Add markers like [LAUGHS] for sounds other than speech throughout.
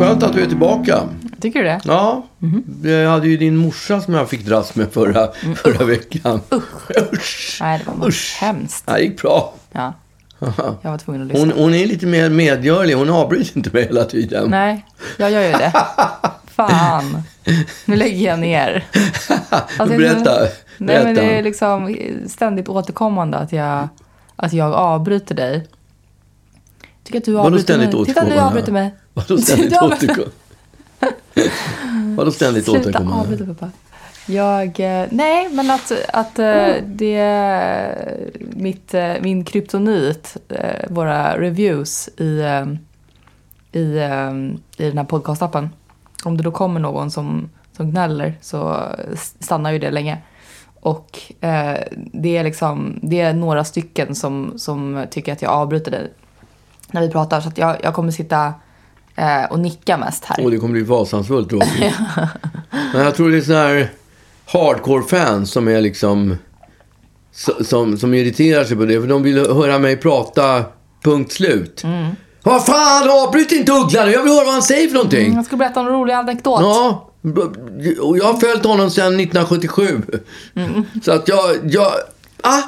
Skönt att du är tillbaka. Tycker du det? Ja, Mhm. jag hade ju din morsa som jag fick dras med förra, förra veckan. Usch! Mm. Nej, det var Usch. hemskt. Det här gick bra. Ja. Jag var tvungen att lyssna. Hon, hon är lite mer medgörlig. Hon avbryter inte mig hela tiden. Nej, jag gör [LAUGHS] ju det. Fan. Nu lägger jag ner. Alltså, jag- berätta. Nej, men berätta. det är liksom ständigt återkommande att jag, att jag avbryter dig. Tycker att du avbryter ständigt mig. Titta, du återkommande? avbryter mig. Vadå [LAUGHS] ständigt Du avbryter- återkommande? Vadå ständigt Sluta återkommande? avbryta pappa. Jag, eh, nej men att, att eh, det, mitt, eh, min kryptonit, eh, våra reviews i, eh, i, eh, i den här podcastappen. Om det då kommer någon som, som gnäller så stannar ju det länge. Och eh, det, är liksom, det är några stycken som, som tycker att jag avbryter dig när vi pratar. Så att jag, jag kommer sitta eh, och nicka mest här. Åh, det kommer bli fasansfullt tråkigt. Men jag tror det är sådana här hardcore-fans som är liksom... s- Som, som irriterar sig på det, för de vill höra mig prata punkt slut. Vad fan, avbryt inte Ugglan! Jag vill höra vad han säger för någonting! Mm, Jag skulle berätta en rolig anekdot. Ja, och jag har följt honom sedan 1977. Så att jag... jag ah,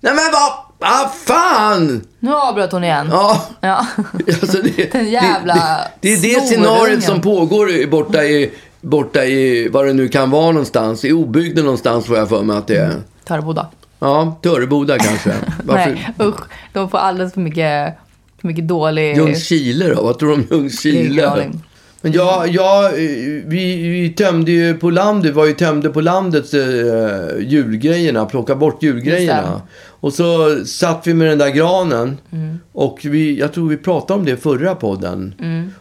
nej men vad... Ah, fan! Nu avbröt hon igen. Ja. Ja. [LAUGHS] Alltså det, Den jävla det, det, det är det snorungen. scenariot som pågår i- borta i, borta i, var det nu kan vara någonstans. I obygden någonstans får jag för mig att det är. Töreboda. Ja, Töreboda [LAUGHS] kanske. Varför? Nej, usch. De får alldeles för mycket, för mycket dålig... Ljungskile då? Vad tror du om Ljungskile? Ljungskile. Men jag, jag, eh, vi, vi tömde ju på landet, var ju tömde på landets eh, julgrejerna, plocka bort Just julgrejerna. Och så satt vi med den där granen och vi, jag tror vi pratade om det i förra podden.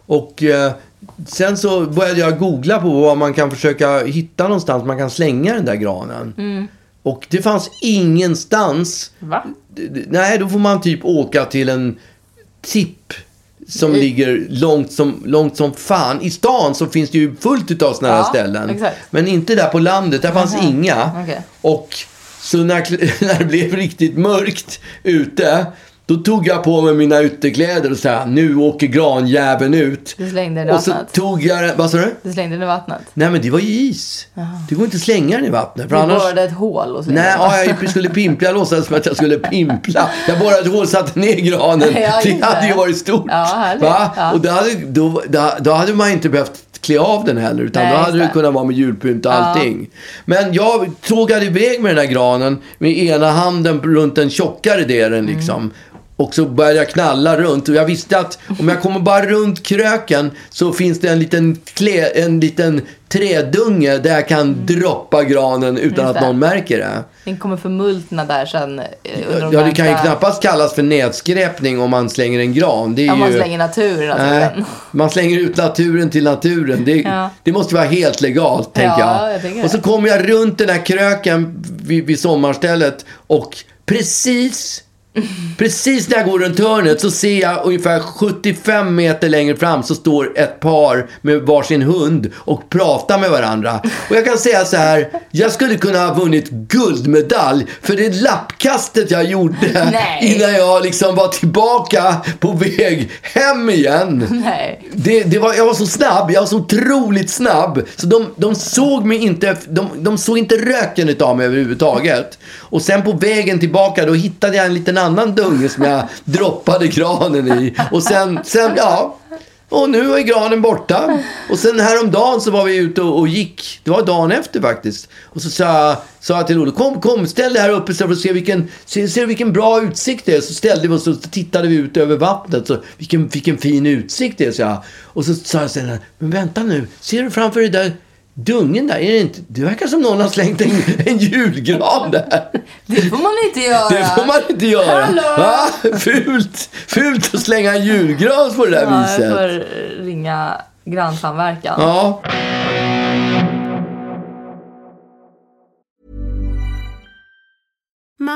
Och eh, sen så började jag googla på vad man kan försöka hitta någonstans man kan slänga den där granen. Mm. Och det fanns ingenstans Va? D- d- Nej, då får man typ åka till en tipp som ligger långt som, långt som fan. I stan så finns det ju fullt utav såna här Ja, ställen. exakt. Men inte där på landet, där fanns inga. okej. Och så när, kl- [LAUGHS] när det blev riktigt mörkt ute, då tog jag på mig mina utekläder och sa nu åker granjäveln ut. Du slängde den i Och så vattnet. tog jag Vad sa du? Du slängde den i vattnet. Nej men det var ju is. Det går inte att slänga den i vattnet. För Du annars... borrade ett hål och så Nej, ja, jag skulle pimpla. Jag låtsades som att jag skulle pimpla. Jag borrade ett hål, satte ner granen. [LAUGHS] Ja, just det hade det. ju varit stort. Ja, härligt. va? Ja. Och då hade, då, då, då hade man inte behövt klä av den heller. Utan Nej, då just hade det det. kunnat vara med julpynt och allting. Men jag tågade iväg med den där granen med ena handen runt den tjockare delen Mm. liksom. Och så började jag knalla runt och jag visste att om jag kommer bara runt kröken så finns det en liten, klä, en liten trädunge där jag kan droppa granen utan Mm. Just att det. någon märker det. Den kommer förmultna där sen. eh, Under de Ja, det kan ju närmsta- knappast kallas för nedskräpning om man slänger en gran. Det är Om man ju... slänger naturen. Alltså, Nej, den. man slänger ut naturen till naturen. Det, Ja. det måste vara helt legalt, tänker Ja, jag. jag tänker och så det. kommer jag runt den här kröken vid, vid sommarstället och precis, precis när jag går runt hörnet så ser jag ungefär 75 meter längre fram så står ett par med varsin hund och pratar med varandra. Och jag kan säga så här, jag skulle kunna ha vunnit guldmedalj för det lappkastet jag gjorde Nej. innan jag liksom var tillbaka på väg hem igen. [LAUGHS] Nej. Det, det var, jag var så snabb, jag var så otroligt snabb. Så de, de såg mig inte, de, de såg inte röken utav mig överhuvudtaget. Och sen på vägen tillbaka då hittade jag en liten annan dunge som jag [LAUGHS] droppade granen i. Och sen, sen ja. Och nu är granen borta. Och sen häromdagen så var vi ute och, och gick. Det var dagen efter faktiskt. Och så sa jag, sa jag till Olle, kom, kom, ställ dig här uppe så får du se vilken, se, se vilken bra utsikt det är. Så ställde vi oss och så tittade vi ut över vattnet. Så, vilken, vilken fin utsikt det är, sa jag. Och så sa jag sen, men vänta nu, ser du framför dig där dungen där? Är det, inte, det verkar som någon har slängt en, en julgran där. Det får man inte [LAUGHS] göra. Det får man inte göra. Hallå! Va? Fult, fult att slänga en julgran på det där Ja, jag viset. får ringa grannsamverkan. Ja. Mom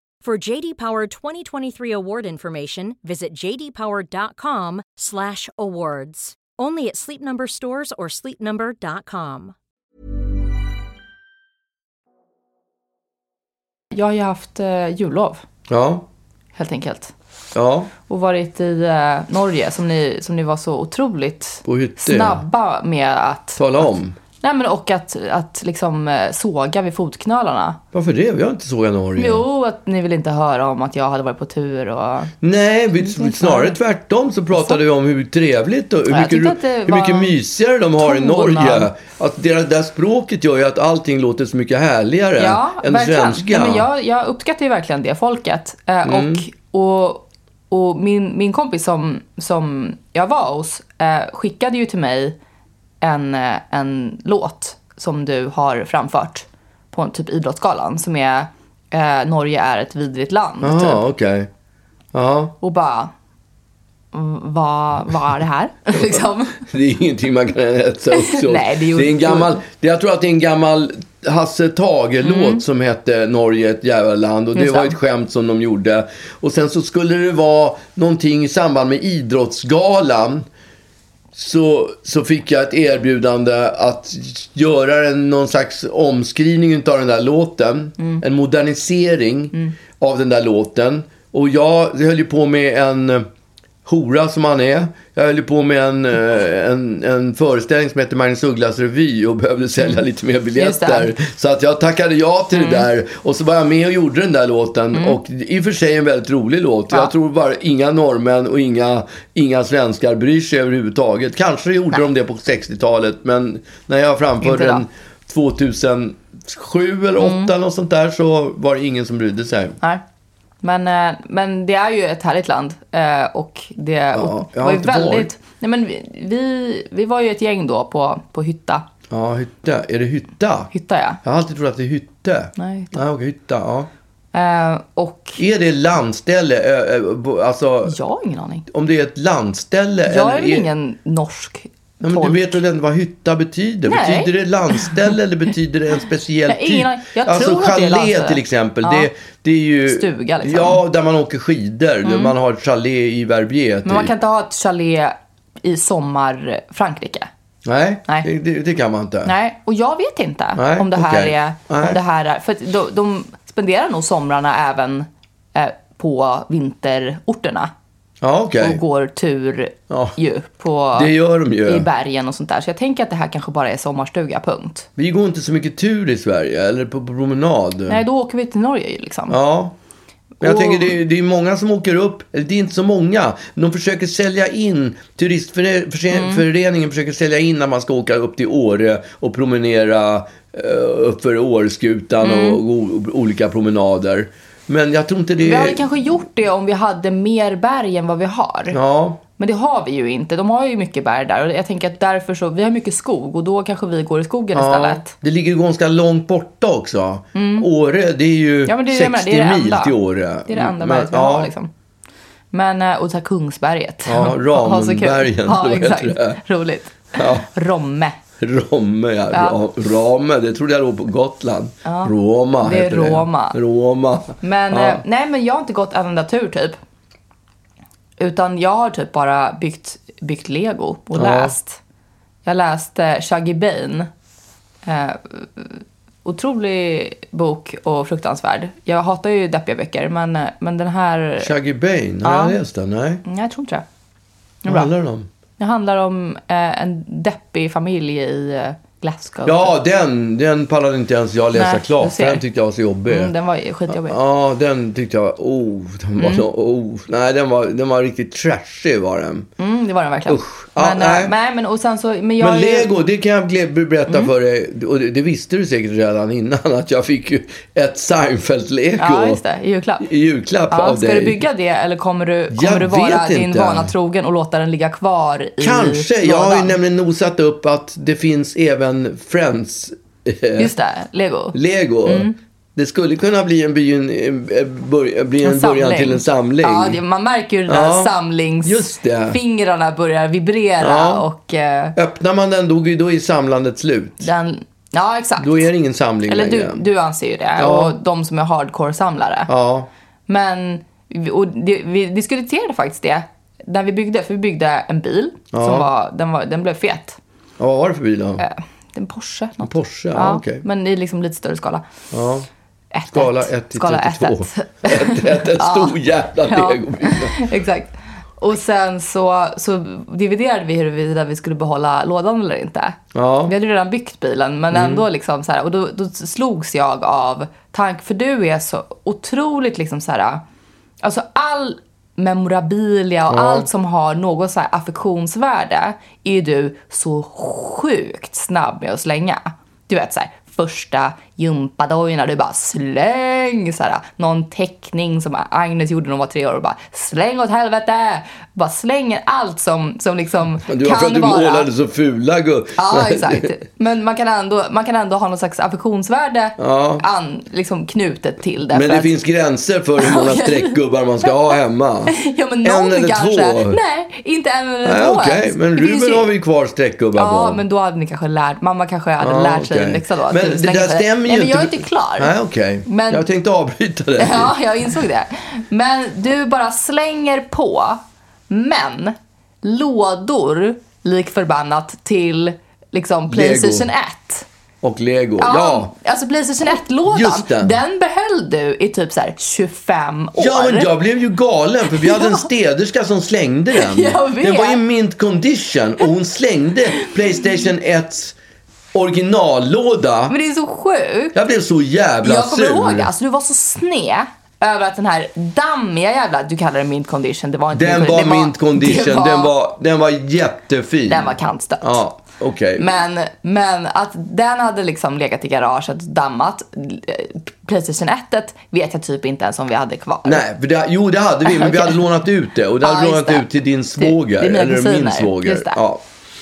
For JD Power 2023 award information, visit jdpower.com/awards. Only at Sleep Number stores or sleepnumber.com. Jag har ju haft eh, jullov, Ja, helt enkelt. ja. Och varit i eh, Norge, som ni, som ni var så otroligt På hytte, ja. snabba med att... Tala om. Nej, men och att, att liksom eh, såga vid fotknölarna. Varför det? Vi har inte sågat Norge. Jo, att ni vill inte höra om att jag hade varit på tur och... Nej, vi, snarare tvärtom så pratade vi om hur trevligt och hur Ja, jag mycket, tyckte ro- att det hur var mycket mysigare de har i tonvårdnad. Norge. Att deras, det här språket gör ju att allting låter så mycket härligare Ja, än verkligen. svenska. Nej, men jag, jag uppskattar ju verkligen det folket. Eh, Och, och, och min, min kompis som, som jag var hos eh, skickade ju till mig en, eh, en låt som du har framfört på typ Idrottsgalan som är eh, Norge är ett vidrigt land. Typ. Jaha, okej. Ja, Och bara, "Mm, vad, vad är det här? [LAUGHS] liksom. det är ingenting man kan äta upp så. Nej, det är ju- en gammal, det, jag tror att det är en gammal Hasse Tage-låt som hette Norge ett jävla land och det Mm. Just var det. ett skämt som de gjorde. Och sen så skulle det vara någonting i samband med Idrottsgalan. så, så fick jag ett erbjudande att göra en, någon slags omskrivning av den där låten. En modernisering av den där låten. Och jag höll ju på med en eh, hora som han är. Jag höll ju på med en, eh, en, en föreställning som hette Magnus Ugglas revy och [LAUGHS] behövde sälja lite mer biljetter. Just Så att jag tackade ja till Mm. det där och så var jag med och gjorde den där låten. Och i och för sig en väldigt rolig låt. Ja. Jag tror bara inga norrmän och inga, inga svenskar bryr sig överhuvudtaget. Kanske gjorde de det på 60-talet, men när jag framförde Inte då. Mm. den 2007 eller 2008 eller något sånt där så var det ingen som brydde sig. Nej. Men, eh, men det är ju ett härligt land. eh, Och det och jag har var ju inte varit. väldigt... Nej, men vi, vi, vi var ju ett gäng då på, på Hytta. Ja, hytte. Är det hytta? Hytta, ja. Jag har alltid trott att det är hytte. Nej, hytta. Nej, okej, hytta. Ja. Eh, Och Är det landställe? Ö, ö, bo- Alltså, jag har ingen aning. om det är ett landställe? Jag är eller väl ingen norsk Eh, Ja, men du tolk. vet väl ändå vad hytta betyder? Nej. Betyder det landställe eller betyder det en speciell Jag har ingen aning. typ? Jag alltså tror att det är landställe. till exempel. Ja. Det, det är ju... Stuga, liksom. Mm. Ja, där man åker skidor. Där Man har ett chalet i Verbier. Men man typ. kan inte ha ett chalet i eh, sommar-Frankrike. Nej, Nej. Det, det- det kan man inte. Nej, och jag vet inte Nej, om det här okej. är... Nej. Om det här är för att de, de spenderar nog somrarna även eh, på vinterorterna. Ja, okej. och går tur Ja. ju på, Det gör de ju. i bergen och sånt där. Så jag tänker att det här kanske bara är sommarstuga, punkt. Vi går inte så mycket tur i Sverige, eller på, på promenad. Nej, då åker vi till Norge ju liksom. Ja. Men jag Och- tänker det är, det är många som åker upp, eller det är inte så många. De försöker sälja in, Mm. turistföreningen försöker sälja in att man ska åka upp till Åre och promenera eh, uppför Åreskutan och gå o- olika promenader. Men jag tror inte det Mm. Vi hade är... kanske gjort det om vi hade mer berg än vad vi har. Ja, Men det har vi ju inte. De har ju mycket berg där och jag tänker att därför så, vi har mycket skog och då kanske vi går i skogen ja. istället. Det ligger ganska långt borta också. Åre, det är ju Mm. Ja, men det är det 60 jag menar. Det är det mil enda. till Åre. Det är det enda Mm, Men- berget vi ja. har liksom. Men, eh, och så här Kungsberget. [LAUGHS] Ja, Ha så kul. Ramundbergen, Ja, då heter exakt. det. Roligt. Ja. Romme. Romme, ja. Ja. Ra- Rame, det trodde jag låg på Gotland. Roma det är heter Roma. det. Roma. Men, ja. eh, nej, men jag har inte gått en enda tur typ. Utan jag har typ bara byggt, byggt lego och läst. Jag läste Shaggy Bane. Eh, otrolig bok och fruktansvärd. Jag hatar ju deppiga böcker, men, eh, men den här... Shaggy Bane, har Ja. jag läst den? Nej. Nej, jag tror inte det. Vad handlar den om? Det handlar om eh, en deppig familj i eh, Glasgow. Ja, den, den pallade inte ens jag läsa Nej, du klart. ser. Den tyckte jag var så jobbig. Mm, den var Mm. ju skitjobbig. Ja, den tyckte jag var... Oh, den var så... Oh. Nej, den var, den var riktigt trashig var den. Mm, det var den verkligen. Usch. Ja, Men, nej. eh, nej, men och sen så... Men, jag Men är ju- Lego, det kan jag gle- berätta Mm. för dig. Och det, det visste du säkert redan innan att jag fick ju ett Seinfeld-lego Ja, just det. I julklapp. i julklapp Ja, av ska dig. du bygga det eller kommer du, Jag kommer du vara vet din inte. vana trogen och låta den ligga kvar i Kanske. Jag har ju lådan? nämligen nosat upp att det finns även Friends eh, Just det, Mm. lego. Lego. Det skulle kunna bli en, begyn, en, bör, eh, bli en, början samling. till en samling. Ja, det, man märker ju den där Ja, just det. samlingsfingrarna börjar vibrera Ja. och eh, Öppnar man den, då, då är samlandet slut. den... Ja, exakt. Då är det ingen samling Eller du, längre. du anser ju det Ja. och de som är hardcore-samlare. Ja. Men och det, vi diskuterade faktiskt det när vi byggde, för vi byggde en bil Ja. som var, den, var, den blev fet. ja, vad var det för bil då? Eh, En Porsche. Något. Porsche, ja, okej. Men i liksom lite större skala. Ja. Ett, Skala ett. 1 till Skala 32. 1-1. [LAUGHS] Ett, ett, en stor jävla [LAUGHS] Ja. legobil. [LAUGHS] Exakt. Och sen så, så dividerade vi huruvida vi skulle behålla lådan eller inte. Ja. Vi hade ju redan byggt bilen men Mm. ändå liksom så här, och då, då slogs jag av tank för du är så otroligt liksom så här, alltså all memorabilia och allt som har något så här affektionsvärde är ju du så sjukt snabb med att slänga. Du vet så här, första gympadojorna, du bara släng så här, någon teckning som Agnes gjorde när hon var tre år och bara släng åt helvete. Bara slänger allt som, som liksom Men Du var för att du målade så fula gu- Ja, exakt. Men man kan ändå, man kan ändå ha någon slags affektionsvärde Ja. an, liksom knutet till det. Men för det att- finns gränser för hur många streckgubbar man ska ha hemma. [LAUGHS] ja, men en någon eller kanske. två? Nej, inte en eller Nej, två Okej, ens. men Det finns Ruben ju- har vi kvar streckgubbar Ja, på. men då hade ni kanske lärt, mamma kanske hade Ja, lärt sig en okej. läxa då. att Men du det slänger där på stämmer ju Nej, men jag är inte. inte klar. Nej, okej. Men- Jag tänkte avbryta dig. [LAUGHS] Ja, jag insåg det. Men du bara slänger på. Men lådor, lik förbannat, till liksom Playstation 1. Och lego. Ja. Alltså Playstation 1-lådan, Just det. den. behöll du i typ så här 25 år. Ja, men jag blev ju galen för vi hade en städerska som slängde den. [LAUGHS] Jag vet. Den var i mint condition och hon slängde Playstation 1 originallåda. Men det är så sjukt. Jag blev så jävla Jag kommer sur. ihåg, alltså du var så sned över att den här dammiga jävla, du kallar den mint condition, det var inte Den var det mint condition. det Den, var, den var jättefin. den var kantstött. Ja, okej. Men, men att den hade liksom legat i garaget och dammat. eh, Playstation 1 vet jag typ inte ens om vi hade kvar. Nej, för det, jo det hade vi, men [LAUGHS] vi hade lånat ut det. Och det hade Ja, vi lånat just det. ut till din Det- svåger. det är mina eller min kusiner, svåger. just det. Ja.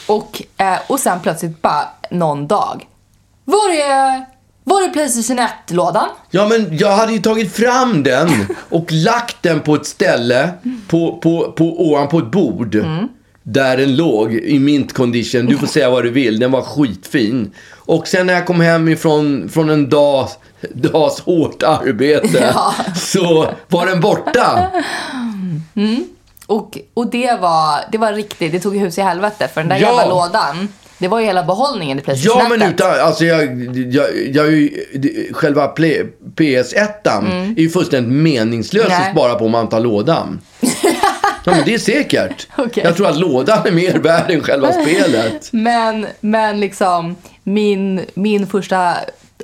Och, eh, och sen plötsligt bara någon dag. Var är, var är Playstation 1-lådan? Ja, men jag hade ju tagit fram [LAUGHS] den och lagt den på ett ställe på, på, på, ovanpå ett bord. Mm. Där den låg i mint condition. Du får säga vad du vill. Den var skitfin. Och sen när jag kom hem ifrån, från en dag, dags hårt arbete [LAUGHS] Ja. så var den borta. Och, och det var, det var riktigt, det tog hus i helvete för den där Ja. jävla lådan. Det var ju hela behållningen i Playstation Ja, 1. men utan, alltså jag, jag, jag är ju, det- själva ple- PS1 är ju fullständigt meningslös Mm. Nej. att spara på om man tar [LAUGHS] lådan. Ja, men det är säkert. Okej. Jag tror att lådan är mer värd än själva spelet. Men, men liksom min, min första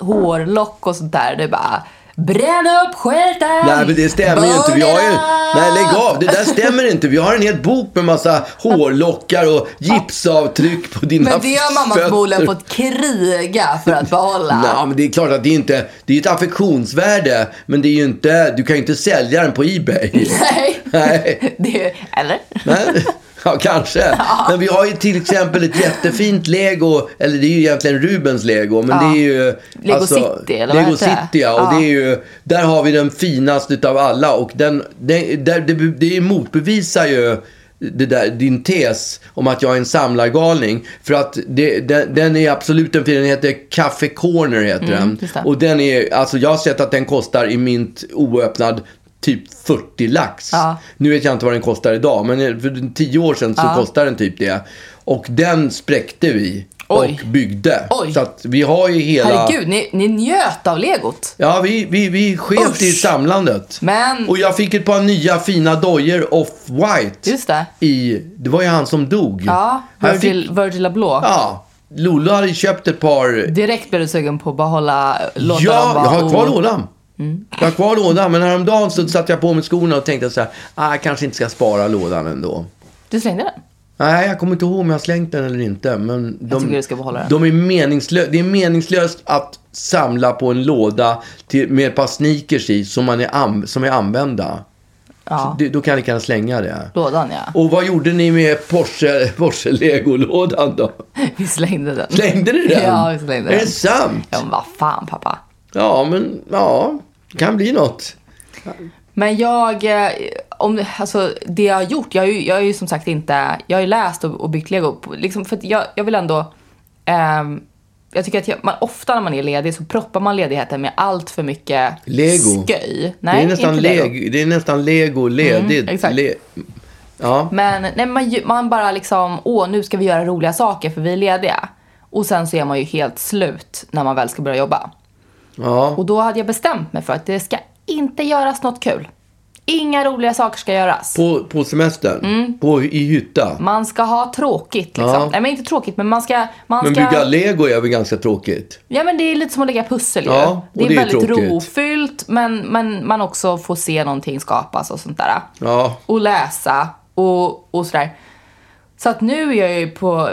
hårlock och sånt där, det bara Bränn upp skiten! Nej, men det stämmer ju inte. Vi har ju... Nej, lägg av. Det där stämmer inte. Vi har en hel bok med massa hårlockar och gipsavtryck på dina Men det har mamma fötter. förmodligen fått kriga för att behålla. Nej, men det är klart att det är inte... Det är ett affektionsvärde, men det är ju inte... Du kan ju inte sälja den på Ebay. [LAUGHS] Nej. [LAUGHS] Nej. [LAUGHS] Det, eller? Nej. [LAUGHS] Ja, kanske. Men vi har ju till exempel ett jättefint Lego, eller det är ju egentligen Rubens Lego, men det är ju... alltså, Lego City, eller vad Lego heter det? City, ja. Och Ja. det är ju, där har vi den finaste utav alla och den, den, där, det, det motbevisar ju det där, din tes om att jag är en samlargalning. För att det, den, den är absolut den fin. Den heter Café Corner heter den. Mm, just det. Och den är, alltså jag har sett att den kostar i mint oöppnad typ 40 lax. Ja. Nu vet jag inte vad den kostar idag, men för tio år sedan så kostade den typ det. Och den spräckte vi. Oj. och byggde. Oj. Så att vi har ju hela... Herregud, ni, ni njöt av legot. Ja, vi, vi, vi sket i Usch. samlandet. Men- Och jag fick ett par nya fina dojor off-white. Just det. I, det var ju han som dog. Ja, Han fick, Virgil, Virgil Abloh. ja Lolo hade köpt ett par Direkt blev du sugen på att bara hålla, låta ja, dem vara jag har kvar o- lådan. Mm. Jag har kvar lådan, men häromdagen så satte jag på mig skorna och tänkte så här, ah, jag kanske inte ska spara lådan ändå. Du slängde den? Nej, jag kommer inte ihåg om jag har slängt den eller inte. Men de, tycker du ska behålla den. De är meningslö- det är meningslöst att samla på en låda till, med ett par sneakers i som, man är, an- som är använda. Ja, Det, då kan jag lika gärna slänga det. lådan ja. Och vad gjorde ni med Porsche, [LAUGHS] Porsche Lego-lådan då? [LAUGHS] Vi slängde den. Slängde ni den? Ja, vi slängde Är den. det sant? Ja, men vad fan pappa. Ja, men ja, det kan bli något. Men jag, eh, om, alltså det jag har gjort, jag har ju, jag har ju som sagt inte, jag har ju läst och, och byggt lego. på- Liksom, för att jag, jag vill ändå, ehm, jag tycker att jag, man, ofta när man är ledig så proppar man ledigheten med allt för mycket Lego. sköj. Nej, det, är nästan inte lego. Mm, lego, det är nästan lego, ledigt. exakt. le- ja. Men nej, man, ju- man bara liksom, åh nu ska vi göra roliga saker för vi är lediga. Och sen så är man ju helt slut när man väl ska börja jobba. ja. Och då hade jag bestämt mig för att det ska inte göras något kul. Inga roliga saker ska göras. På, på semestern? På, I hytta? Mm. Man ska ha tråkigt liksom. Ja. Nej men inte tråkigt men man ska... Man Men ska... bygga lego är väl ganska tråkigt? Ja men det är lite som att lägga pussel ju. Ja, och det är det är väldigt tråkigt. rofyllt men, men man också får se någonting skapas och sånt där. Ja. Och läsa och, och sådär. Så att nu är jag ju på,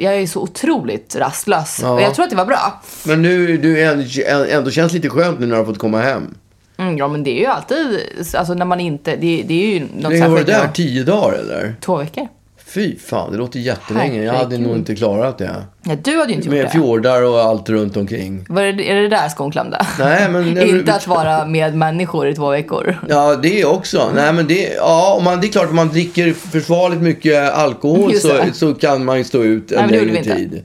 jag är ju så otroligt rastlös. Ja. Och jag tror att det var bra. Men nu, du är en- ändå känns lite skönt nu när du har fått komma hem. Mm, ja men det är ju alltid, alltså när man inte, det, det är ju något Länge var du särskilt. där? med- Tio dagar eller? Två veckor. Fy fan, det låter jättelänge. Jag hade Herregud. nog inte klarat det. Ja, du hade ju inte gjort Med det. fjordar och allt runt omkring. Var det, är det där skon klämde? Nej, men- [LAUGHS] inte att vara med människor i [LAUGHS] två veckor. Ja, det också. Mm. Nej, men det, ja, om man, det är klart, om man dricker försvarligt mycket alkohol Just så, det. så kan man ju stå ut en Nej, men det gjorde längre vi inte. tid.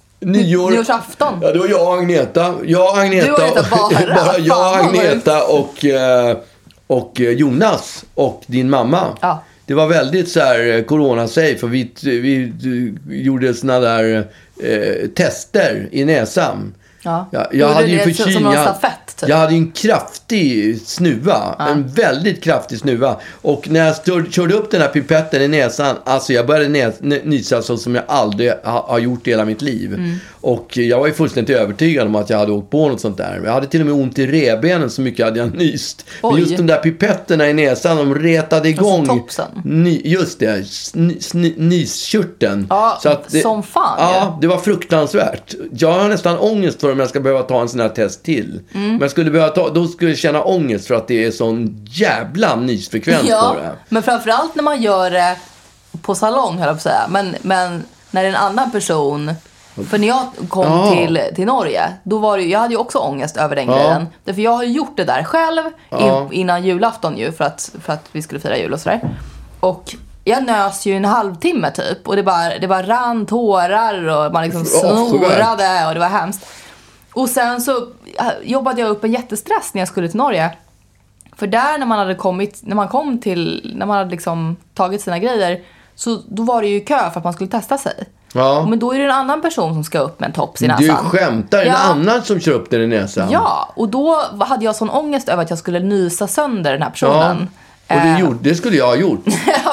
Nyår... Nyårsafton? Ja, det var jag och Agneta. Jag och Agneta. Du och Agneta [LAUGHS] bara. [LAUGHS] jag och Fan, vad Agneta och, eh, och eh, Jonas och din mamma. Ja. Det var väldigt så här eh, corona-safe. För vi, vi eh, gjorde såna där eh, tester i näsan. Ja. Jag, jag Gjorde hade ju det som- förkylning. som någon Jag- stafett, typ. Jag hade ju en kraftig snuva. En väldigt kraftig snuva. Och när jag stör, körde upp den här pipetten i näsan. Alltså jag började nä- n- nysa så som jag aldrig ha, har gjort i hela mitt liv. Mm. Och jag var ju fullständigt övertygad om att jag hade åkt på något sånt där. Jag hade till och med ont i revbenen så mycket hade jag nyst. Men Oj. just de där pipetterna i näsan, de retade igång. topsen. Ny, just det, sn- sn- nyskörteln. Ja, som fan ju. Ja, det var fruktansvärt. Jag har nästan ångest för om jag ska behöva ta en sån här test till. Mm. Men jag skulle behöva ta, då skulle jag känna ångest för att det är sån jävla nysfrekvens på det. Ja, här. men framförallt när man gör det på salong höll jag på att säga. Men, men när det är en annan person. För när jag kom Ja. till, till Norge, då var det, ju- jag hade ju också ångest över den Ja. grejen. Därför jag har ju gjort det där själv Ja. in, innan julafton ju för att, för att vi skulle fira jul och sådär. Och jag nös ju en halvtimme typ och det bara, det bara rann tårar och man liksom Avskyvärt. snorade och det var äh, hemskt. Och sen så eh, jobbade jag upp en jättestress när jag skulle till Norge. För där när man hade kommit, när man kom till, när man hade liksom tagit sina grejer, så då var det ju kö för att man skulle testa sig. Ja. Men då är det en annan person som ska upp med en tops i näsan. Du skämtar, en Ja. annan som kör upp den i näsan. Ja, och då hade jag sån ångest över att jag skulle nysa sönder den här personen. Ja. Och det, Eh, [LAUGHS] gjorde, det skulle jag ha gjort.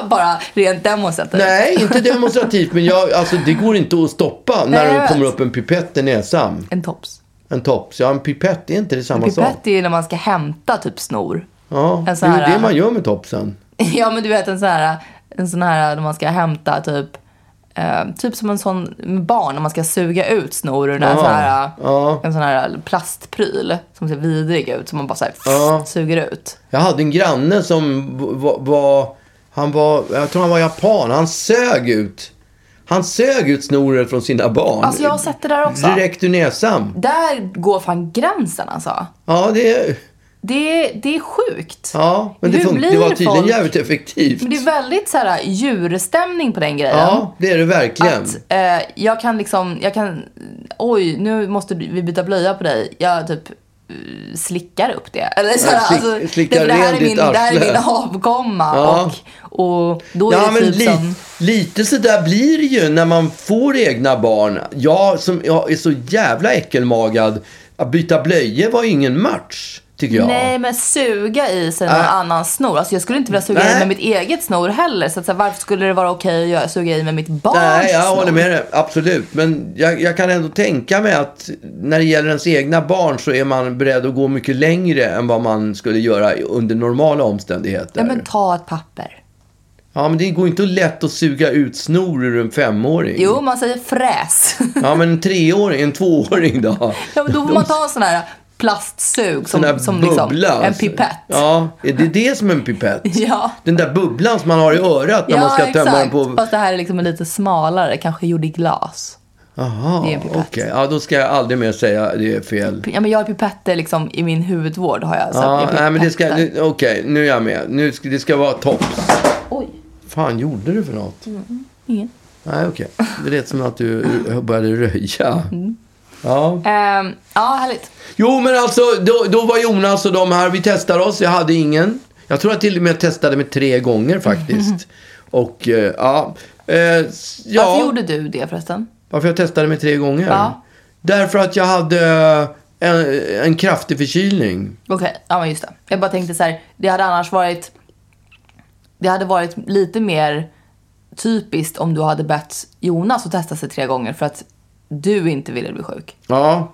Bara rent demonstrativt. Nej, inte demonstrativt, men jag, alltså, det går inte att stoppa när Nej, jag det kommer vet. upp en pipett i näsan. En tops. En tops. Ja, en pipett, är inte det samma sak? Pipett är ju när man ska hämta typ snor. Ja, en det sån är här- eh. ju det man gör med topsen. [LAUGHS] Ja, men du vet en sån här, en sån här när man ska hämta typ, eh, typ som en sån med barn när man ska suga ut snor ur den här, Ja, sån här, ja. en sån här plastpryl som ser vidrig ut som man bara så här, Ja. suger ut. Jag hade en granne som v- var, var, han var, jag tror han var japan, han sög ut. Han sög ut snoret från sina barn. Alltså jag har sett det där också. Direkt ur näsan. Där går fan gränsen alltså. Ja, det, Det, det är sjukt. ja, men det, Hur funkar. det blir var tydligen folk? jävligt effektivt. Men det är väldigt så här djurstämning på den grejen. Ja, det är det verkligen. Att eh, jag kan liksom, jag kan, oj nu måste du- vi byta blöja på dig. Jag typ eh, slickar upp det. [LAUGHS] Eller så, Ja, slick- alltså, slickar därför det, här är rent ditt min, det här är arsle. min avkomma. Ja. Och, och då är Ja, det men typ li, som, lite sådär blir det ju när man får egna barn. Jag som jag är så jävla äckelmagad, att byta blöjor var ingen match, tycker jag. nej men suga i sig någon Nej. annans snor. Alltså jag skulle inte vilja suga Nej. i med mitt eget snor heller. Så, att, så här, varför skulle det vara okej att göra- suga i med mitt barns Nej, jag snor? håller med dig. Absolut. Men jag, jag kan ändå tänka mig att när det gäller ens egna barn så är man beredd att gå mycket längre än vad man skulle göra i- under normala omständigheter. Ja men ta ett papper. Ja, men det går inte lätt att suga ut snor ur en femåring. Jo, man säger fräs. [LAUGHS] Ja, men en treåring, en tvååring då? Ja, men då får man ta en sån här plastsug Sån där som, som bubbla. alltså. liksom en pipett. Ja, är det det som en pipett? [LAUGHS] Ja. Den där bubblan som man har i örat när Ja, man ska exakt. tömma den på... Fast det här är liksom en lite smalare, kanske gjord i glas. Jaha, Det är en okej. pipett. Ja, då ska jag aldrig mer säga det är fel. Ja, men jag har pipetter liksom i min hudvård har jag. Så att Ja, jag nej, men det ska... pipetter. nu- Okej, nu är jag med. Nu ska, det ska vara tops. Oj, fan gjorde du för något? Mm. ingen. Nej, okej. Det lät som att du började röja. Mm. Ja. Ehm, ja, härligt. Jo, men alltså, då, då var Jonas och de här. Vi testade oss. Jag hade ingen. Jag tror jag till och med testade mig tre gånger faktiskt. Och, eh, ja. Eh, s- ja. Mm-hmm. Varför gjorde du det förresten? Varför jag testade mig tre gånger? Ja. Därför att jag hade eh, en, en kraftig förkylning. Okej, ja men just det. Jag bara tänkte så här, det hade annars varit... Det hade varit lite mer typiskt om du hade bett Jonas att testa sig tre gånger för att du inte ville bli sjuk. Ja.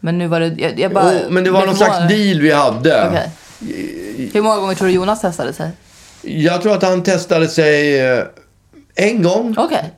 Men nu var det... Jag, jag bara, Och, men det var blev någon förvånad. slags deal vi hade. Okej. Hur många gånger tror du Jonas testade sig? Jag tror att han testade sig eh, en gång. Mm, Okej.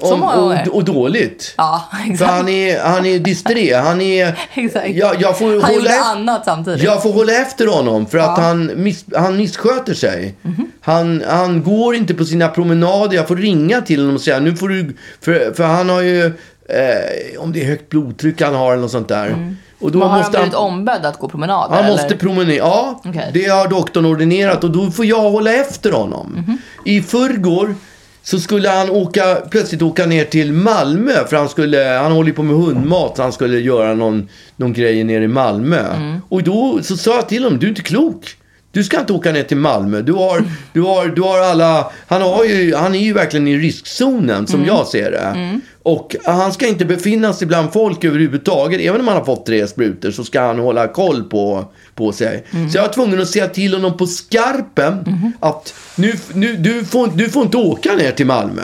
Så Om- många gånger? och, och dåligt. Ja, För exakt. han är, han är distré. Han är... [LAUGHS] Exakt. Jag, jag får han hålla gjorde efter, annat samtidigt. Jag får hålla efter honom för att han, miss, han missköter sig. Mhm. Han, han går inte på sina promenader. Jag får ringa till honom och säga nu får du... För, för han har ju... Eh, om det är högt blodtryck han har eller något sånt där. Och då Men Mm. har han måste han, blivit ombedd att gå promenader? han eller? måste promenera. Ja, Okej. det har doktorn ordinerat och då får jag hålla efter honom. Mhm. I förrgår så skulle han åka, plötsligt åka ner till Malmö för han, skulle, han håller ju på med hundmat så han skulle göra någon, någon grej nere i Malmö. Mm. Och då så sa jag till honom, du är inte klok. Du ska inte åka ner till Malmö. Du har, du har, du har alla... Han, har ju, han är ju verkligen i riskzonen som jag ser det. Och han ska inte befinna sig bland folk överhuvudtaget. Även om han har fått tre sprutor så ska han hålla koll på, på sig. Så jag var tvungen att säga till honom på skarpen att nu, nu, du, får, du får inte åka ner till Malmö.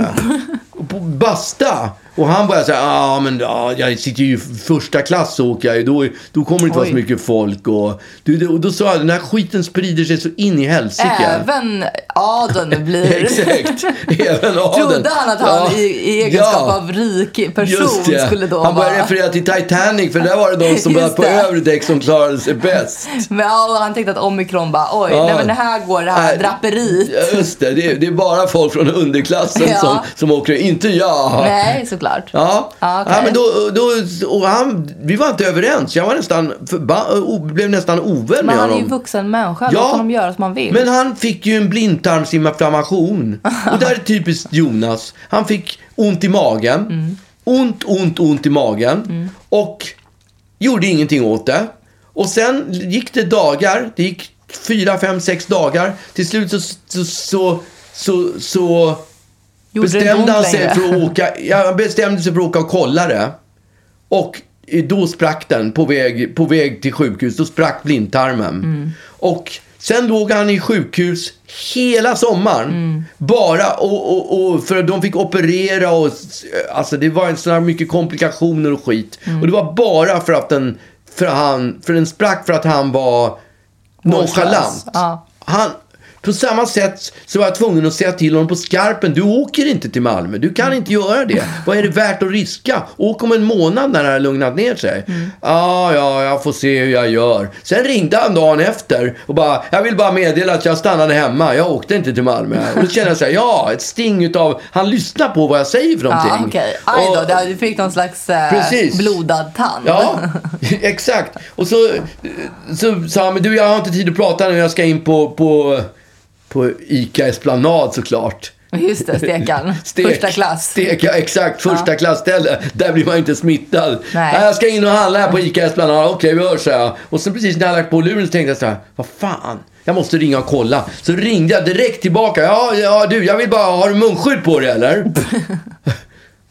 Och på- Basta! Och han bara säga, ja ah, men ja, jag sitter ju i första klass och åker jag ju. Då, då kommer det inte vara så Oj. mycket folk. Och, du, du- och då sa jag, den här skiten sprider sig så in i helsike. Även [LAUGHS] adeln blir... Exakt. Även adeln. Trodde han att han Ja. i, i egenskap Ja. av rik person Just det. skulle då han började vara... referera till Titanic för där var det de som [LAUGHS] Just var på det. övre däck som klarade sig bäst. [LAUGHS] Men ja, han tänkte att omikron bara, oj, Ja. nej men det här går det här Nej. draperiet. Ja, Just det, det är, det är bara folk från underklassen Ja. som, som åker, inte jag. Nej, såklart. Ja, Ja, okej. ja men då, då och han, vi var inte överens. Jag var nästan förba- o- blev nästan ovän med Men han är honom. ju vuxen människa, låt honom göra som han vill. Men han fick ju en blindtarmsinflammation. Och där är typiskt Jonas. Han fick ont i magen. Ont, ont, ont i magen. Och gjorde ingenting åt det. Och sen gick det dagar. Det gick fyra, fem, sex dagar. Till slut så, så, så, så, så Gjorde det inte bestämde ont han sig längre? för att åka, ja, han bestämde sig för att åka och kolla det. Och då sprack den på väg, på väg till sjukhus. Då sprack blindtarmen. Mm. Och sen låg han i sjukhus hela sommaren. Mm. Bara och, och, och för de fick operera och alltså det var en sån här mycket komplikationer och skit. Mm. Och det var bara för att den, för han, för den sprack för att han var nonchalant. Ja. Han, på samma sätt så var jag tvungen att säga till honom på skarpen. Du åker inte till Malmö. Du kan inte göra det. Vad är det värt att riska? Åk om en månad när det har lugnat ner sig. Mm. Ja, ja, jag får se hur jag gör. Sen ringde han dagen efter och bara, jag vill bara meddela att jag stannade hemma. Jag åkte inte till Malmö. Och då kände jag så här, ja, ett sting utav, han lyssnar på vad jag säger för någonting. Ja, okej. Aj Och- då, du fick någon slags eh, Precis. blodad tand. Ja, [LAUGHS] exakt. Och så så sa han, men du jag har inte tid att prata nu, jag ska in på, på, på ICA Esplanad såklart. [LAUGHS] Just det, stekan. [LAUGHS] Stek- Första klass. Stek, ja, exakt, första klassställe. Där blir man inte smittad. Nej. "Nej, Jag ska in och handla här på ICA Esplanad. Okej, vi hörs, sa jag. Och sen precis när jag lagt på luren så tänkte jag så här, vad fan. Jag måste ringa och kolla. Så ringde jag direkt tillbaka. Ja, ja du, jag vill bara, har du munskydd på dig [LAUGHS] eller?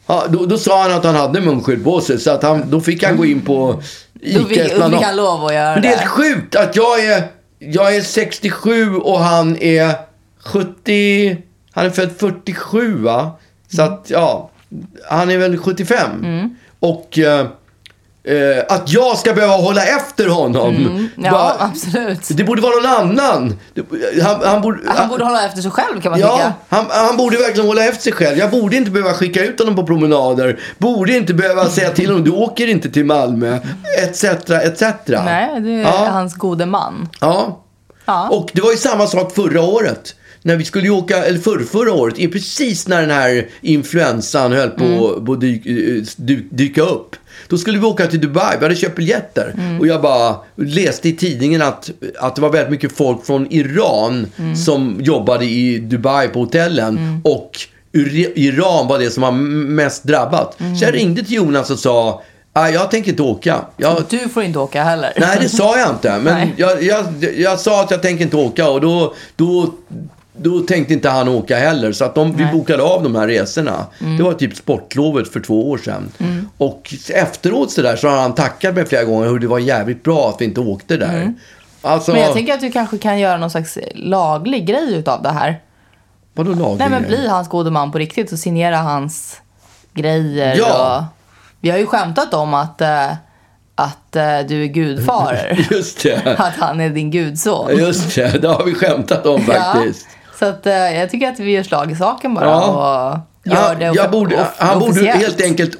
ja, då, då sa han att han hade munskydd på sig. Så att han, då fick han gå in på Då fick, ICA då fick Esplanad. han lov att göra Men det. det är helt sjukt att jag är, jag är 67 och han är 70, han är född 47 va? Så Mm. att ja, han är väl 75. Och eh, eh, att jag ska behöva hålla efter honom. Mm. Ja, Bara- absolut. det borde vara någon annan. Det- Han, han borde... Han borde hålla efter sig själv kan man Ja, tycka. han, han borde verkligen hålla efter sig själv. Jag borde inte behöva skicka ut honom på promenader. Borde inte behöva säga till honom, du åker inte till Malmö. Etc, etc. Nej, det är Ja. hans gode man. Ja. Ja. Och det var ju samma sak förra året. När vi skulle ju åka, eller förr, förra året, i- precis när den här influensan höll på att på att dyk, eh, dy- dyka upp. Då skulle vi åka till Dubai, vi hade köpt biljetter. Och jag bara läste i tidningen att, att det var väldigt mycket folk från Iran som jobbade i Dubai på hotellen. Och Ur- Iran var det som var m- mest drabbat. Så jag ringde till Jonas och sa, "Ah, jag tänker inte åka. Jag, Du får inte åka heller. Nej, det sa jag inte. Men Nej. jag, jag, jag sa att jag tänker inte åka och då, då, då tänkte inte han åka heller. Så att de, vi Nej. Mm. bokade av de här resorna. Det var typ sportlovet för två år sedan. Och efteråt så, där, så har han tackat mig flera gånger hur det var jävligt bra att vi inte åkte där. Alltså, Mm. Men jag tänker att du kanske kan göra någon slags laglig grej utav det här. vadå laglig Nej men grej? bli hans gode man på riktigt och signera hans grejer. Ja. Och... Vi har ju skämtat om att, eh, att eh, du är [LAUGHS] gudfader. Just det. [LAUGHS] att han är din gudson. Just det, det har vi skämtat om faktiskt. Ja. Så att, eh, jag tycker att vi gör slag i saken bara Ja. och gör det jag, jag borde, off- han borde officiellt. helt enkelt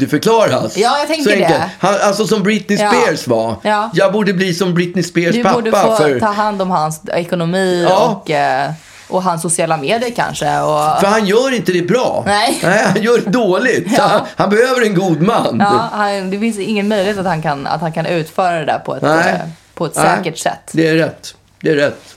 omyndigförklaras. Ja, jag tänker Så enkelt. det. Han, alltså som Britney Ja. Spears var. Ja. Jag borde bli som Britney Spears Du pappa. borde få för, ta hand om hans ekonomi Ja. och, eh, och hans sociala medier kanske. Och, för han gör inte det bra. [LAUGHS] Nej. han gör det dåligt. Så han, han behöver en god man. ja, han, det finns ingen möjlighet att han kan, att han kan utföra det där på ett, Nej. eh, på ett Nej. säkert sätt. Det är rätt. Det är rätt.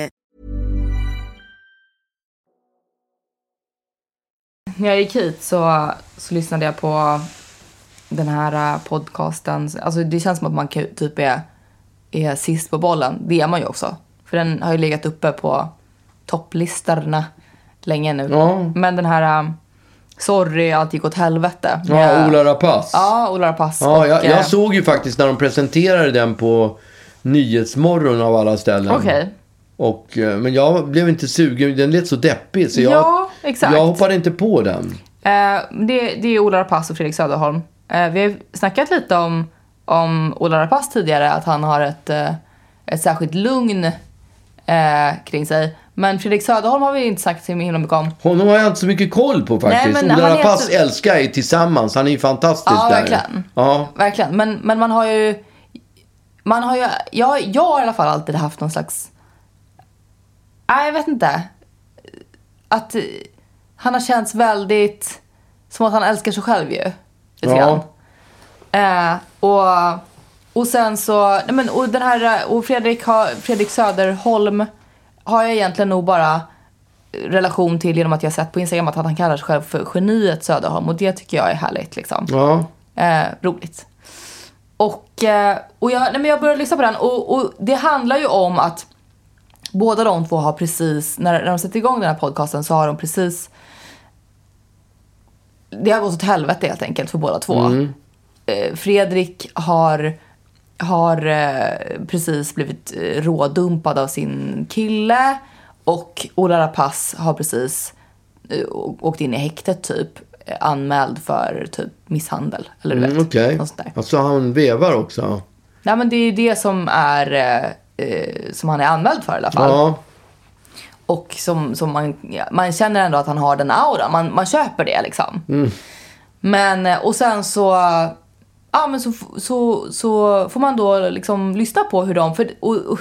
När jag gick hit så, så lyssnade jag på den här eh, podcasten. Alltså det känns som att man kan- typ är, är sist på bollen. Det är man ju också. För den har ju legat uppe på topplistorna länge nu. Ja. Men den här eh, Sorry, allt gick åt helvete. Ja, Ola Rapace. Ja, Ola Rapace. Ja, jag, och, eh, jag såg ju faktiskt när de presenterade den på Nyhetsmorgon av alla ställen. Okej. Och, eh, men jag blev inte sugen. Den lät så deppig. Så jag, Ja, exakt. jag hoppade inte på den. Eh, det, det är Ola Rapace och Fredrik Söderholm. Eh, vi har snackat lite om, om Ola Rapace tidigare, att han har ett, eh, ett särskilt lugn eh, kring sig. Men Fredrik Söderholm har vi inte snackat så himla mycket om. Honom har jag inte så mycket koll på faktiskt. Nej, Nej, men Ola han är Rapace så- älskar jag ju tillsammans. Han är ju fantastisk Ja, där. verkligen. Ja, Verkligen. Men, men man har ju... Man har ju jag, jag har i alla fall alltid haft någon slags... Nej, jag vet inte. Att eh, han har känts väldigt... Som att han älskar sig själv ju. Lite Ja. grann. Eh, och, och sen så... Nej men, och, den här, och Fredrik, har, Fredrik Söderholm har jag egentligen nog bara relation till genom att jag sett på Instagram att han kallar sig själv för geniet Söderholm. Och det tycker jag är härligt liksom ja. eh, roligt. Och, eh, och jag, nej men jag började lyssna på den och, och det handlar ju om att båda de två har precis, när, när de sätter igång den här podcasten så har de precis det har gått åt helvete helt enkelt för båda två. Mm. Eh, Fredrik har, har eh, precis blivit eh, rådumpad av sin kille och Ola Rapace har precis eh, å- åkt in i häktet typ eh, anmäld för typ misshandel eller du vet. Mm, Okej. något sånt där. Alltså han vevar också. Nej men det är ju det som är eh, eh, som han är anmäld för i alla fall. Ja. Och som, som man, ja, man känner ändå att han har den aura. Man, man köper det liksom. Men eh, och sen så, ja, men så, f- så, så får man då liksom lyssna på hur de... För, och, och,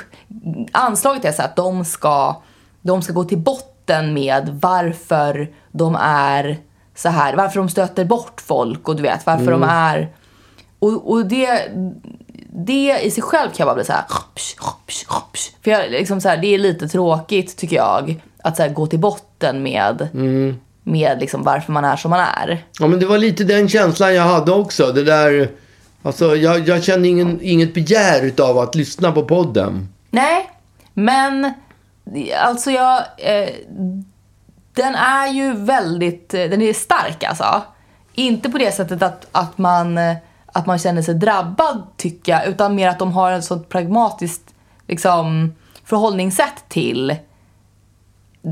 anslaget är så att de ska, de ska gå till botten med varför de är så här. Varför de stöter bort folk och du vet varför de är... Och, och det, det i sig själv kan jag bara bli så här. För jag, liksom så här, det är lite tråkigt tycker jag. Att så här, gå till botten med, med liksom varför man är som man är. Ja, men det var lite den känslan jag hade också. Det där... Alltså, jag, jag kände ingen, inget begär utav att lyssna på podden. Nej, men alltså jag... Eh, den är ju väldigt... eh, Den är stark alltså. Inte på det sättet att, att, man, eh, att man känner sig drabbad tycker jag. Utan mer att de har ett sånt pragmatiskt liksom, förhållningssätt till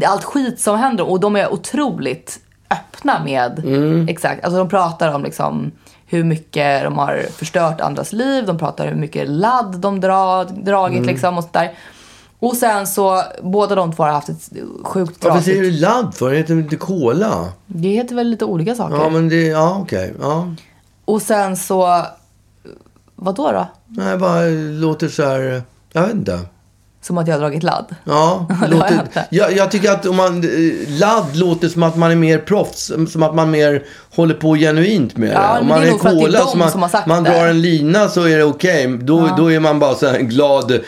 allt skit som händer och de är otroligt öppna med exakt, alltså de pratar om liksom hur mycket de har förstört andras liv, de pratar om hur mycket ladd de dra, dragit liksom och sånt där. Och sen så, båda de två har haft ett sjukt Varför säger tragiskt... du ladd för? Det heter väl inte cola? Det heter väl lite olika saker. Ja, men det... Ja, okej. Ja. Och sen så, vad då då? Nej, bara låter så här... Jag vet inte. Som att jag har dragit ladd. Ja, har jag låter, inte. jag, jag tycker att om man, eh, ladd låter som att man är mer proffs, som att man mer håller på genuint med det. Ja, men om man det är nog för att det är cola, de så man, som har sagt man det. drar en lina så är det okej. Då, då är man bara så här en glad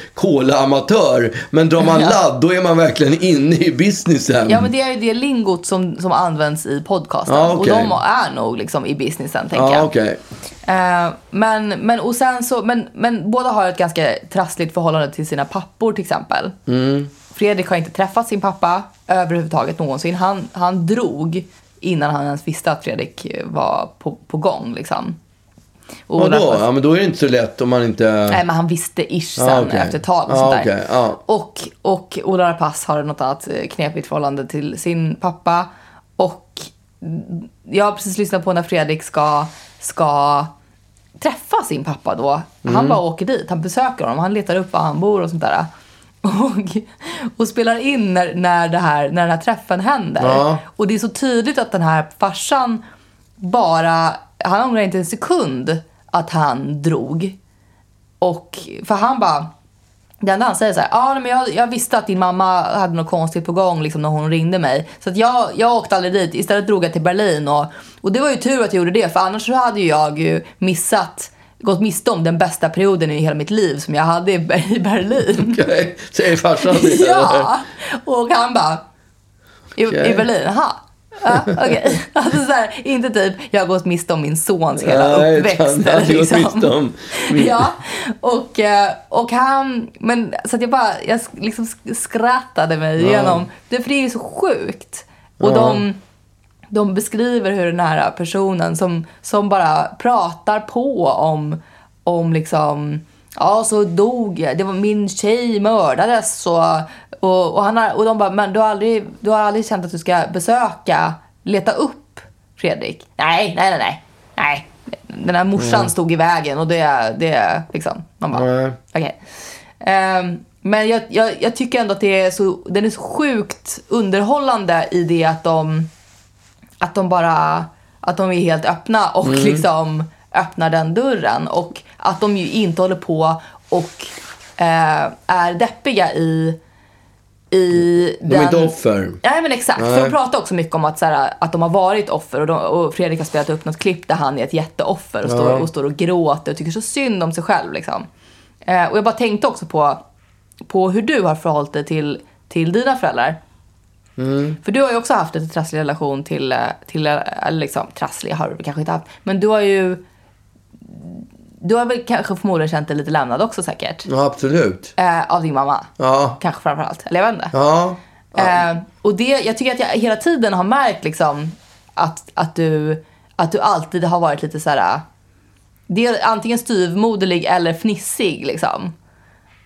cola-amatör. Men drar [LAUGHS] man ladd, då är man verkligen inne i businessen. Ja men det är ju det lingot som, som används i podcasten. Ja, okej. Och de är nog liksom i businessen tänker ja, jag. okej. Eh, men, men, och sen så, men, men båda har ett ganska trassligt förhållande till sina pappor till exempel. Mm. Fredrik har inte träffat sin pappa överhuvudtaget någonsin. Han, han drog innan han ens visste att Fredrik var på, på gång. Liksom. Och Vadå? därför- Ja, men då är det inte så lätt om man inte... Nej men han visste ish sen Ja, Ah, okej. efter ett tag och Ja, sånt där. okej, Ah. ja. Och, och Ola Rapace har något annat eh, knepigt förhållande till sin pappa. Och mm, jag har precis lyssnat på när Fredrik ska, ska träffa sin pappa då. Han Mm. bara åker dit, han besöker honom, han letar upp var han bor och sånt där. [LAUGHS] Och, och spelar in när, när, det här, när den här träffen händer. Ja. Och det är så tydligt att den här farsan bara, han ångrar inte en sekund att han drog. Och för han bara, det enda han säger så här, ah, nej, men jag, jag visste att din mamma hade något konstigt på gång liksom, när hon ringde mig. Så att jag, jag åkte aldrig dit, istället drog jag till Berlin. Och, och det var ju tur att jag gjorde det för annars så hade ju jag ju missat, gått miste om den bästa perioden i hela mitt liv som jag hade i Ber- i Berlin. [LAUGHS] Okej, säger farsan det, Alltså, eller? [LAUGHS] ja! Och han bara, i, i Okej. Berlin, ha. Ja, okej. [LAUGHS] Alltså så här, inte typ, jag har gått miste om min sons hela Nej, uppväxt. utan eller liksom. han har gått miste om min- Ja, och, eh, och han, men så att jag bara, jag sk- liksom sk- skrattade mig igenom. Det, för det är ju så sjukt. Och de, de beskriver hur den här personen som, som bara pratar på om, om liksom, ja så dog jag, det var min tjej mördades och, och, och, han har, och de bara, men du har, aldrig, du har aldrig känt att du ska besöka, leta upp Fredrik? Nej, nej, nej, nej, nej. den här morsan stod i vägen och det, det liksom, man bara, Nej. okej. Ehm, men jag, jag, jag tycker ändå att det är så, den är så sjukt underhållande i det att de, att de bara, att de är helt öppna och Mm. liksom öppnar den dörren och att de ju inte håller på och eh, är deppiga i, i De är inte offer. Nej men exakt, Nej. för de pratar också mycket om att, så här, att de har varit offer och, de, och Fredrik har spelat upp något klipp där han är ett jätteoffer och, står, och står och gråter och tycker så synd om sig själv. Liksom. Eh, och jag bara tänkte också på, på hur du har förhållit dig till, till dina föräldrar. Mm. För du har ju också haft en trasslig relation till, eh, till eh, eller liksom, trasslig har du kanske inte haft, men du har ju, du har väl kanske förmodligen känt dig lite lämnad också säkert. Ja, absolut. Eh, av din mamma. Mm. Ja. Kanske framförallt, eller jag vet inte. Ja. Eh, och det, jag tycker att jag hela tiden har märkt liksom att, att, du, att du alltid har varit lite så här. äh, Det är antingen styvmoderlig eller fnissig liksom.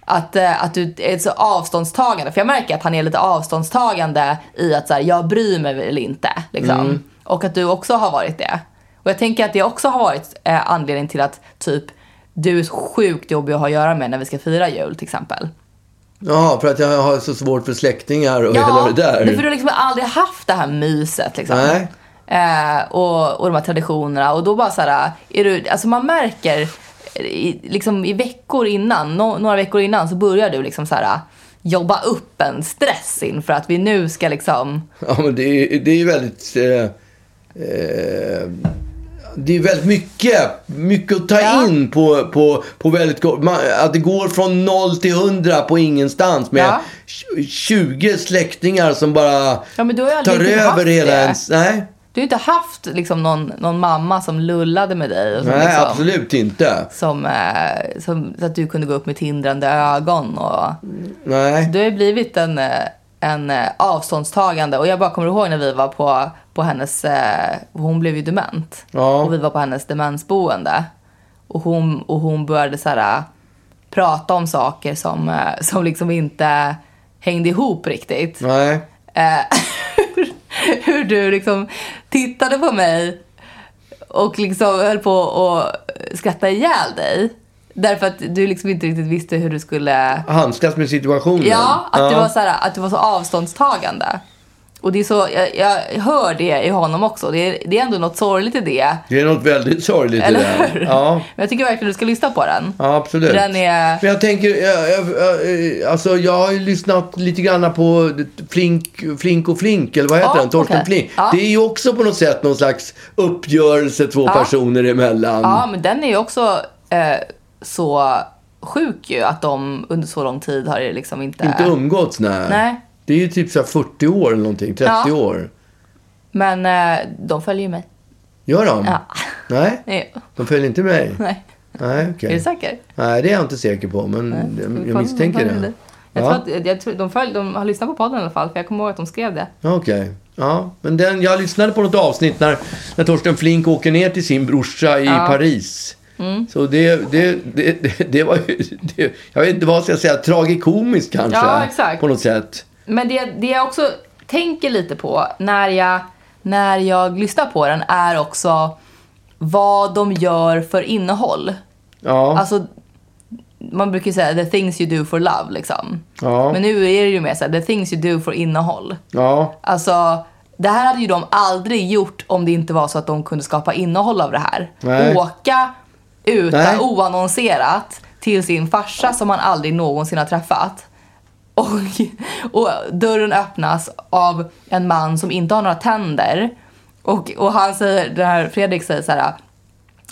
Att, eh, att du är så avståndstagande. För jag märker att han är lite avståndstagande i att så här, jag bryr mig väl inte. Liksom. Och att du också har varit det. Och jag tänker att det också har varit eh, anledningen till att typ du är så sjukt jobbig att ha att göra med när vi ska fira jul till exempel. Ja, för att jag har så svårt för släktingar och hela Ja, det där. för du har liksom aldrig haft det här myset. Liksom. Nej. Eh, och, och de här traditionerna. Och då bara så här, är du, alltså man märker i, liksom i veckor innan, no, några veckor innan så börjar du liksom så här, jobba upp en stress inför att vi nu ska liksom... Ja, men det är, det är ju väldigt... Eh, eh, det är väldigt mycket, mycket att ta Ja. in på, på, på väldigt kort... Man, att det går från noll till hundra på ingenstans med Ja. tj- 20 släktingar som bara Ja, men du har ju aldrig tar riktigt haft över hela det. ens... Nej, Du har inte haft liksom någon, någon mamma som lullade med dig. Och som, nej liksom, absolut inte. Som, eh, som, så att du kunde gå upp med tindrande ögon. Och, Nej. Du har ju blivit en, eh, en eh, avståndstagande. Och jag bara kommer ihåg när vi var på, på hennes... Eh, hon blev ju dement. Ja. Och vi var på hennes demensboende. Och hon, och hon började så här, eh, prata om saker som, eh, som liksom inte hängde ihop riktigt. Nej. Eh, [LAUGHS] hur, hur du liksom tittade på mig och liksom höll på att skratta ihjäl dig. Därför att du liksom inte riktigt visste hur du skulle... Handskas med situationen. Ja, att, Du var så här, att du var så avståndstagande. Och det är så, jag, jag hör det i honom också. Det är, det är ändå något sorgligt i det. Det är något väldigt sorgligt i det. Eller här. hur? Ja. Men jag tycker verkligen du ska lyssna på den. Ja, absolut. För den är- Men jag tänker, jag, jag, jag, alltså jag har ju lyssnat lite grann på Flink, Flink och Flink, eller vad heter Ja, den? Torsten okej. Flink. Ja. Det är ju också på något sätt någon slags uppgörelse två personer emellan. Ja, men den är ju också eh, så sjuk ju att de under så lång tid har det liksom inte... Inte um- umgåtts, nej. Nej. Det är ju typ så här 40 år eller någonting, 30 Ja. år. Men eh, de följer ju mig. [LAUGHS] Gör de? Ja. [LAUGHS] Nej, Nej, de följer inte mig. [LAUGHS] nej. Nej, okej. Är du säker? Nej, det är jag inte säker på, men Vi jag, får- jag misstänker vi får- det. Jag Ja. tror att, jag tror, de, följ, de har lyssnat på podden i alla fall, för jag kommer ihåg att de skrev det. Ja, Okej. Ja, men den, jag lyssnade på något avsnitt när, när Torsten Flink åker ner till sin brorsa i Paris. Mm. Så det, det, det, det, det var ju, det, jag vet inte vad jag ska säga, tragikomiskt kanske. Ja, exakt. På något sätt. Men det, det jag också tänker lite på när jag, när jag lyssnar på den är också vad de gör för innehåll. Ja, Alltså, man brukar ju säga the things you do for love liksom. Ja. Men nu är det ju mer så här, the things you do for innehåll. ja, Alltså, det här hade ju de aldrig gjort om det inte var så att de kunde skapa innehåll av det här. Nej. Åka utan Nej. oannonserat till sin farsa som han aldrig någonsin har träffat. Och, och dörren öppnas av en man som inte har några tänder. Och, och han säger, den här Fredrik säger så här,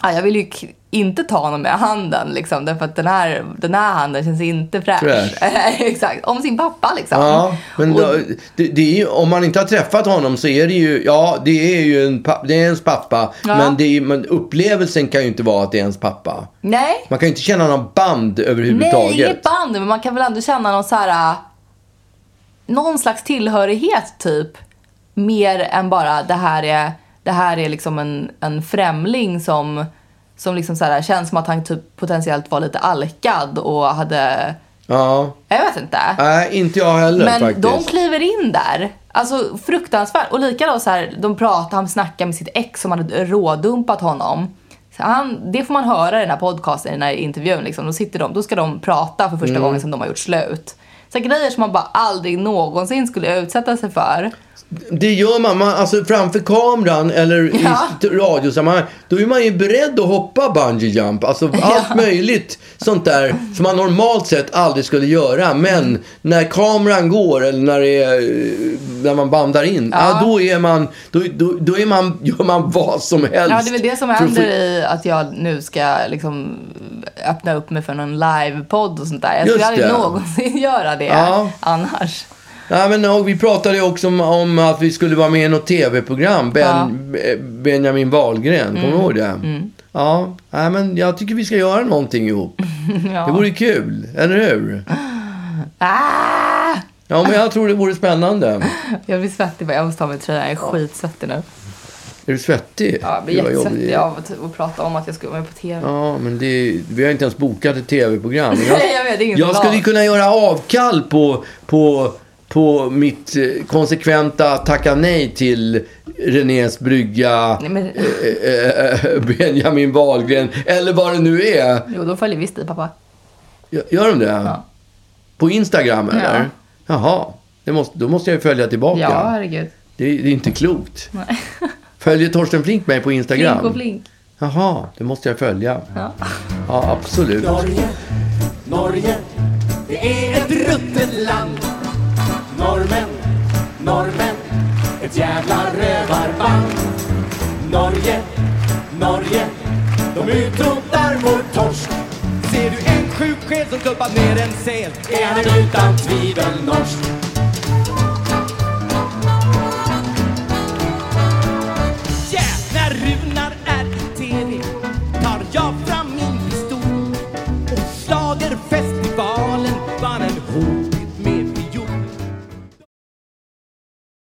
"Ah, jag vill ju k- inte ta honom med handen liksom, därför att den här, den här handen känns inte fräsch. Fräsch. [LAUGHS] Exakt, om sin pappa liksom. ja. Men Och- då, det, det är ju, om man inte har träffat honom så är det ju, ja, det är ju en, pa- det är ens pappa. Ja. Men, det är, men upplevelsen kan ju inte vara att det är ens pappa. Nej, Man kan ju inte känna någon band Nej, överhuvudtaget. inget band, men man kan väl ändå känna någon så här... äh, Någon slags tillhörighet, typ. Mer än bara det här är, det här är liksom en, en främling som, som liksom så här, känns som att han typ potentiellt var lite alkad och hade... Ja. Jag vet inte. Nej, inte jag heller Men faktiskt. de kliver in där. Alltså fruktansvärt. Och likadant så här, de pratar, han snackar med sitt ex som hade rådumpat honom. Så han, det får man höra i den här podcasten, i den här intervjun. Liksom. Då, sitter de, då ska de prata för Mm. första gången som de har gjort slut. Så här grejer som man bara aldrig någonsin skulle utsätta sig för. Det gör man, man alltså framför kameran eller i Ja. st- radiosammanhang. Då är man ju beredd att hoppa bungee jump. Alltså allt möjligt sånt där som man normalt sett aldrig skulle göra. Men när kameran går eller när, det är, eh, när man bandar in. Ja. då är man, då, då, då är man, gör man vad som helst. Ja, det är väl det som för att få- händer i att jag nu ska liksom öppna upp mig för någon livepodd och sånt där. Jag Just skulle aldrig det. någonsin [LAUGHS] göra det Ja. annars. [LAUGHS] Ja, men, och vi pratade ju också om, om att vi skulle vara med i något tv-program. Ben, Ja. Mm. Be- Benjamin Wahlgren, kommer du ihåg det? Ja, nej, men jag tycker vi ska göra någonting ihop. Ja. Det vore kul, eller hur? Ah! Ja, men jag tror det vore spännande. Jag blir svettig bara. Jag måste ta av mig tröjan. Jag är skitsvettig nu. Är du svettig? Ja, jag blir Gud, vad jobbigt. jättesvettig av att, att prata om att jag skulle vara med på TV. Ja, men det, är- vi har inte ens bokat ett tv-program. Men [LAUGHS] Nej, jag vet, det är ingen jag plan. skulle ju kunna göra avkall på, på, på mitt eh, konsekventa tacka nej till Renés brygga, Nej, men- eh, eh, eh, Benjamin Wahlgren eller vad det nu är. Jo, de följer visst dig pappa. Gör- Gör de det? Ja. På Instagram eller? Ja. Jaha, det måste, då måste jag ju följa tillbaka. Ja, herregud. Det, är- det är inte klokt. Nej. Följer Torsten Flink mig på Instagram? Flink och flink. Jaha, det måste jag följa. Ja. Ja, absolut. Norge, Norge, det är ett ruttet land. Norrmän, norrmän, ett jävla rövarband. Norge, Norge, de utrotar vår torsk. Ser du en sjuk själ som tuppar ner en sel är han utan tvivel norsk.